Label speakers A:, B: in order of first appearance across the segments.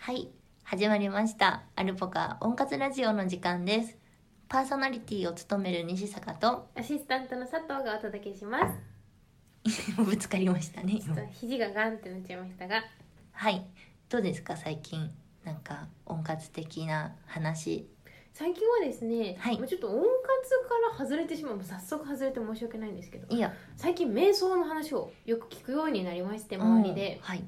A: はい始まりましたアルポカ温活ラジオの時間ですパーソナリティを務める西坂と
B: アシスタントの佐藤がお届けします。
A: ぶつかりましたね
B: ちょっと肘がガンってなっちゃいましたが、
A: はいどうですか最近なんか温活的な話
B: 最近はですね、
A: はい
B: まあちょっと温活から外れてしまう、もう早速外れて申し訳ないんですけど、
A: いや
B: 最近瞑想の話をよく聞くようになりまして、周りで
A: うん、はい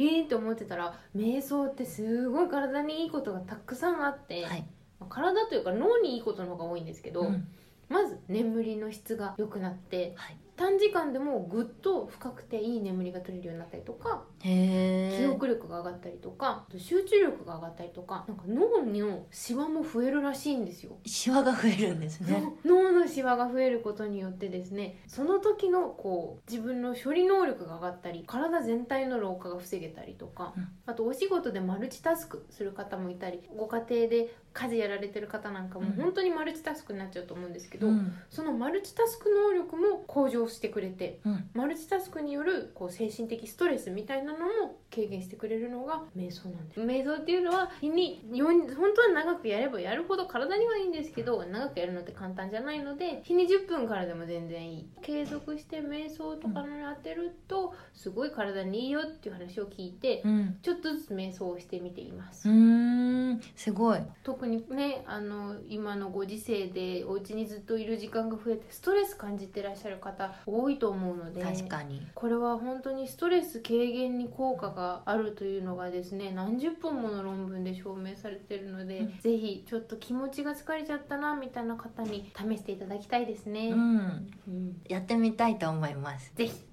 B: へえと思ってたら、瞑想ってすごい体にいいことがたくさんあって、
A: はい
B: まあ体というか脳にいいことの方が多いんですけど、
A: うん
B: まず眠りの質が良くなって、
A: はい
B: 短時間でもぐっと深くていい眠りが取れるようになったりとか、
A: へ
B: 記
A: え
B: 憶力が上がったりとかあと集中力が上がったりとかなんか脳のシワも増えるらしいんですよ、
A: シワが増えるんですね
B: 脳のシワが増えることによってですねその時のこう自分の処理能力が上がったり体全体の老化が防げたりとか、
A: うん
B: あとお仕事でマルチタスクする方もいたりご家庭で家事やられてる方なんかも
A: うん
B: 本当にマルチタスクになっちゃうと思うんですけど、
A: うん
B: そのマルチタスク能力も向上してくれて
A: うん
B: マルチタスクによるこう精神的ストレスみたいなのも軽減してくれるのが瞑想なんです瞑想っていうのは日によ本当は長くやればやるほど体にはいいんですけど長くやるのって簡単じゃないので日に10分からでも全然いい継続して瞑想とかに当てるとすごい体にいいよっていう話を聞いて
A: うん
B: ちょっとずつ瞑想をしてみています
A: うーんすごい
B: 特にねあの今のご時世でお家にずっといる時間が増えてストレス感じてらっしゃる方多いと思うので
A: 確かに
B: これは本当にストレス軽減に効果があるというのがですね何十本もの論文で証明されているので、
A: うん
B: ぜひちょっと気持ちが疲れちゃったなみたいな方に試していただきたいですね、
A: うん
B: うん
A: やってみたいと思います
B: ぜひ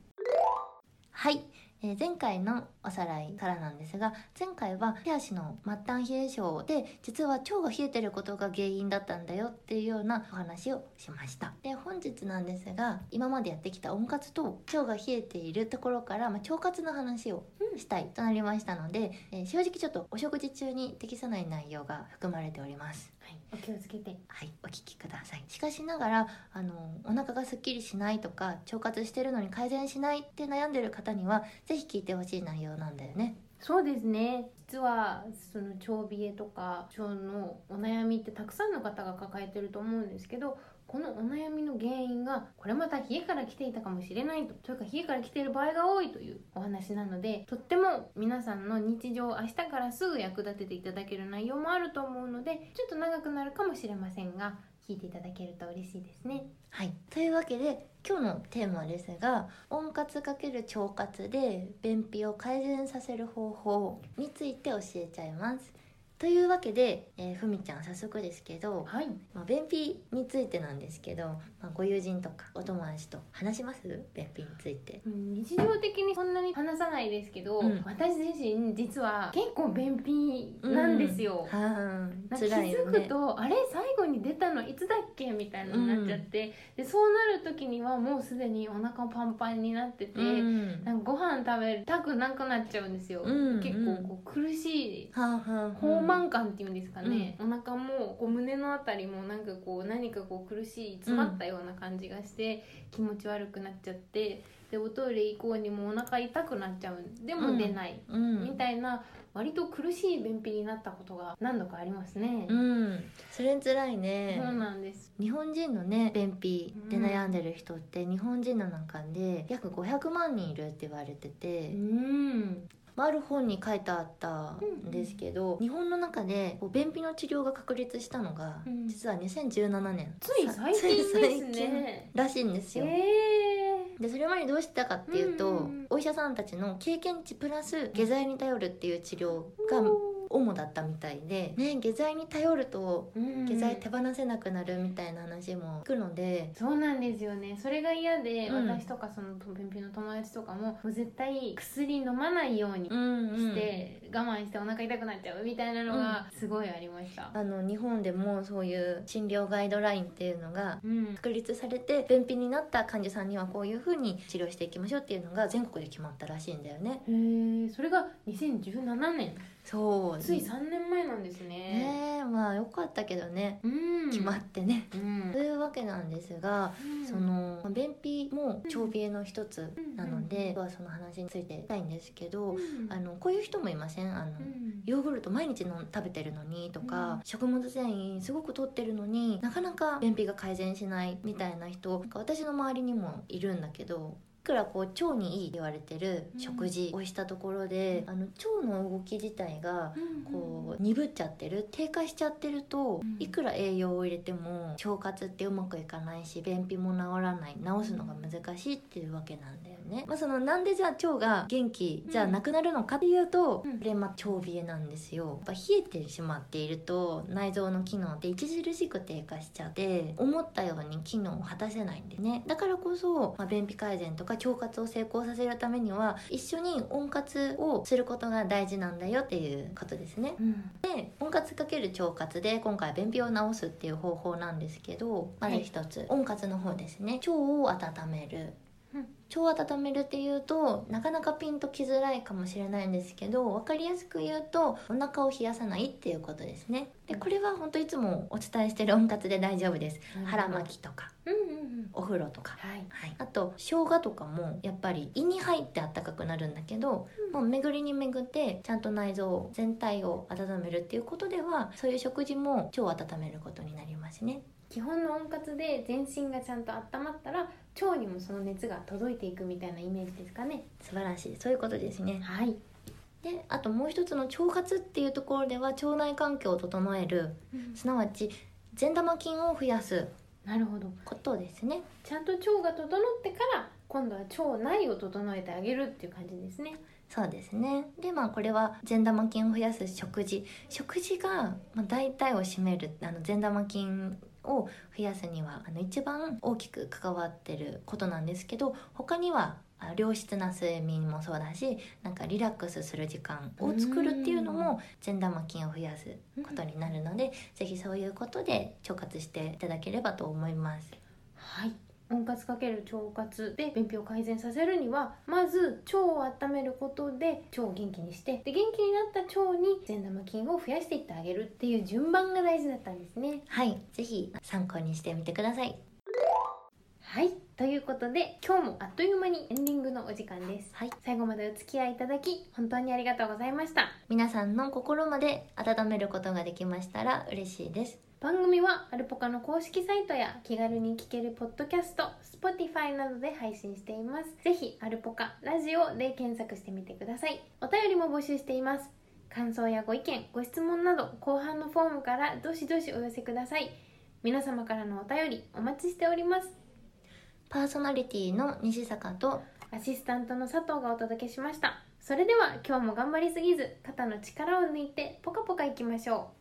A: はい、えー前回のおさらいからなんですが前回は手足の末端冷え症で実は腸が冷えてることが原因だったんだよっていうようなお話をしましたで本日なんですが今までやってきた温活と腸が冷えているところから、まあ、腸活の話をしたいとなりましたので、えー正直ちょっとお食事中に適さない内容が含まれております
B: はい、お気をつけて
A: はい、お聞きください。しかしながら、あの、お腹がすっきりしないとか、腸活してるのに改善しないって悩んでる方には、ぜひ聞いてほしい内容なんだよね。
B: そうですね実はその腸冷えとか腸のお悩みってたくさんの方が抱えてると思うんですけどこのお悩みの原因がこれまた冷えから来ていたかもしれないとというか冷えから来ている場合が多いというお話なのでとっても皆さんの日常明日からすぐ役立てていただける内容もあると思うのでちょっと長くなるかもしれませんが聞いていただけると嬉しいですね。
A: はい。というわけで、今日のテーマですが、温活×腸活で便秘を改善させる方法について教えちゃいます。というわけで、えーふみちゃん早速ですけど、
B: はい
A: まあ、便秘についてなんですけど、まあ、ご友人とかお友達と話します便秘について。
B: うん日常的にそんなに話さないですけど、
A: うん
B: 私自身実は結構便秘なんですよ、
A: は
B: なん
A: い
B: か気
A: 辛いよ
B: づ
A: ね
B: くと、あれ最後に出たのいつだっけみたいなのになっちゃって、でそうなる時にはもうすでにお腹パンパンになってて、
A: うん
B: なんかご飯食べたくなくなっちゃうんですよ、
A: うん
B: 結構こう苦しい
A: はあはあ
B: 豊満感っていうんですかね、お腹もこう胸のあたりもなんかこう何かこう苦しい詰まったような感じがして、気持ち悪くなっちゃってでおトイレ行こうにもお腹痛くなっちゃうでも出ない、
A: うん、
B: みたいな割と苦しい便秘になったことが何度かありますね。
A: うん、それ辛いね
B: そうなんです
A: 日本人のね便秘で悩んでる人って日本人の中で約500万人いるって言われてて、
B: うん
A: まあある本に書いてあったんですけど、日本の中でこう便秘の治療が確立したのが、
B: うん
A: 実は2017年
B: つい最近
A: さつい
B: で す
A: 最近
B: ね。
A: らしいんです
B: え
A: よ、
B: え
A: でそれまでどうしてたかっていうと、
B: うんうんうん
A: お医者さんたちの経験値プラス下剤に頼るっていう治療が主だったみたいで、ね、下剤に頼ると
B: うん
A: 下剤手放せなくなるみたいな話も聞くので、
B: そうなんですよねそれが嫌で、
A: うん
B: 私とかその便秘の友達とかももう絶対薬飲まないように
A: うんうん
B: して、我慢してお腹痛くなっちゃうみたいなのがすごいありました、
A: あの日本でもそういう診療ガイドラインっていうのが
B: うん、
A: 確立されて便秘になった患者さんにはこういうふうに治療していきましょうっていうのが全国で決まったらしいんだよね。
B: へえそれが2017年
A: そう
B: つい3年前なんですね
A: ねえもうまあよかったけどね
B: うん
A: 決まってね、
B: うん
A: というわけなんですがそのまあ便秘も腸鼻炎の一つなので、
B: うん
A: 今日はその話についてしたいんですけ
B: う
A: ど、
B: ん
A: あのこういう人もいませんあの、
B: うん
A: ヨーグルト毎日の食べてるのにとか、
B: うん
A: 食物繊維すごく取ってるのになかなか便秘が改善しないみたいな人なんか私の周りにもいるんだけど。いくらこう腸にいいって言われてる食事をしたところで、
B: う
A: あの腸の動き自体がこう鈍っちゃってる低下しちゃってると、
B: うん
A: いくら栄養を入れても腸活ってうまくいかないし便秘も治らない治すのが難しいっていうわけなんだよね、まあ、そのなんでじゃあ腸が元気じゃなくなるのかっていうと、
B: うん
A: これまあ腸冷えなんですよやっぱ冷えてしまっていると内臓の機能って著しく低下しちゃって思ったように機能を果たせないんでねだからこそ、まあ、便秘改善とか腸活を成功させるためには一緒に温活をすることが大事なんだよっていうことですね
B: うん
A: で温活かける腸活で今回便秘を治すっていう方法なんですけどまず一つ、温活の方ですね腸を温める
B: うん
A: 腸を温めるっていうとなかなかピンときづらいかもしれないんですけど分かりやすく言うとお腹を冷やさないっていうことですねでこれは本当いつもお伝えしてる温活で大丈夫です腹巻きとか
B: うんうんうん
A: お風呂とか
B: はい
A: はい、あと生姜とかもやっぱり胃に入ってあったかくなるんだけど、
B: うん
A: もう巡りに巡ってちゃんと内臓全体を温めるっていうことではそういう食事も腸を温めることになりますね。
B: 基本の温活で全身がちゃんと温まったら腸にもその熱が届いていくみたいなイメージですかね
A: 素晴らしいそういうことですね。
B: はい
A: であともう一つの腸活っていうところでは腸内環境を整えるすなわち善玉菌を増やす
B: なるほど
A: ことですね。
B: ちゃんと腸が整ってから今度は腸内を整えてあげるっていう感じですね
A: そうですねでまあこれは善玉菌を増やす食事食事が、まあ、大体を占めるあの善玉菌を増やすにはあの一番大きく関わってることなんですけど他にはあ良質な睡眠もそうだしなんかリラックスする時間を作るっていうのも善玉菌を増やすことになるので是非そういうことで腸活していただければと思います。
B: はい温活かける腸活で便秘を改善させるにはまず腸を温めることで腸を元気にしてで元気になった腸に善玉菌を増やしていってあげるっていう順番が大事だったんですね
A: はい、ぜひ参考にしてみてください。
B: はいということで今日もあっという間にエンディングのお時間です
A: はい、
B: 最後までお付き合いいただき本当にありがとうございました
A: 皆さんの心まで温めることができましたら嬉しいです
B: 番組はアルポカの公式サイトや気軽に聞けるポッドキャスト Spotify などで配信していますぜひアルポカラジオで検索してみてくださいお便りも募集しています感想やご意見ご質問など後半のフォームからどしどしお寄せください皆様からのお便りお待ちしております
A: パーソナリティの西坂と
B: アシスタントの佐藤がお届けしましたそれでは今日も頑張りすぎず肩の力を抜いてポカポカいきましょう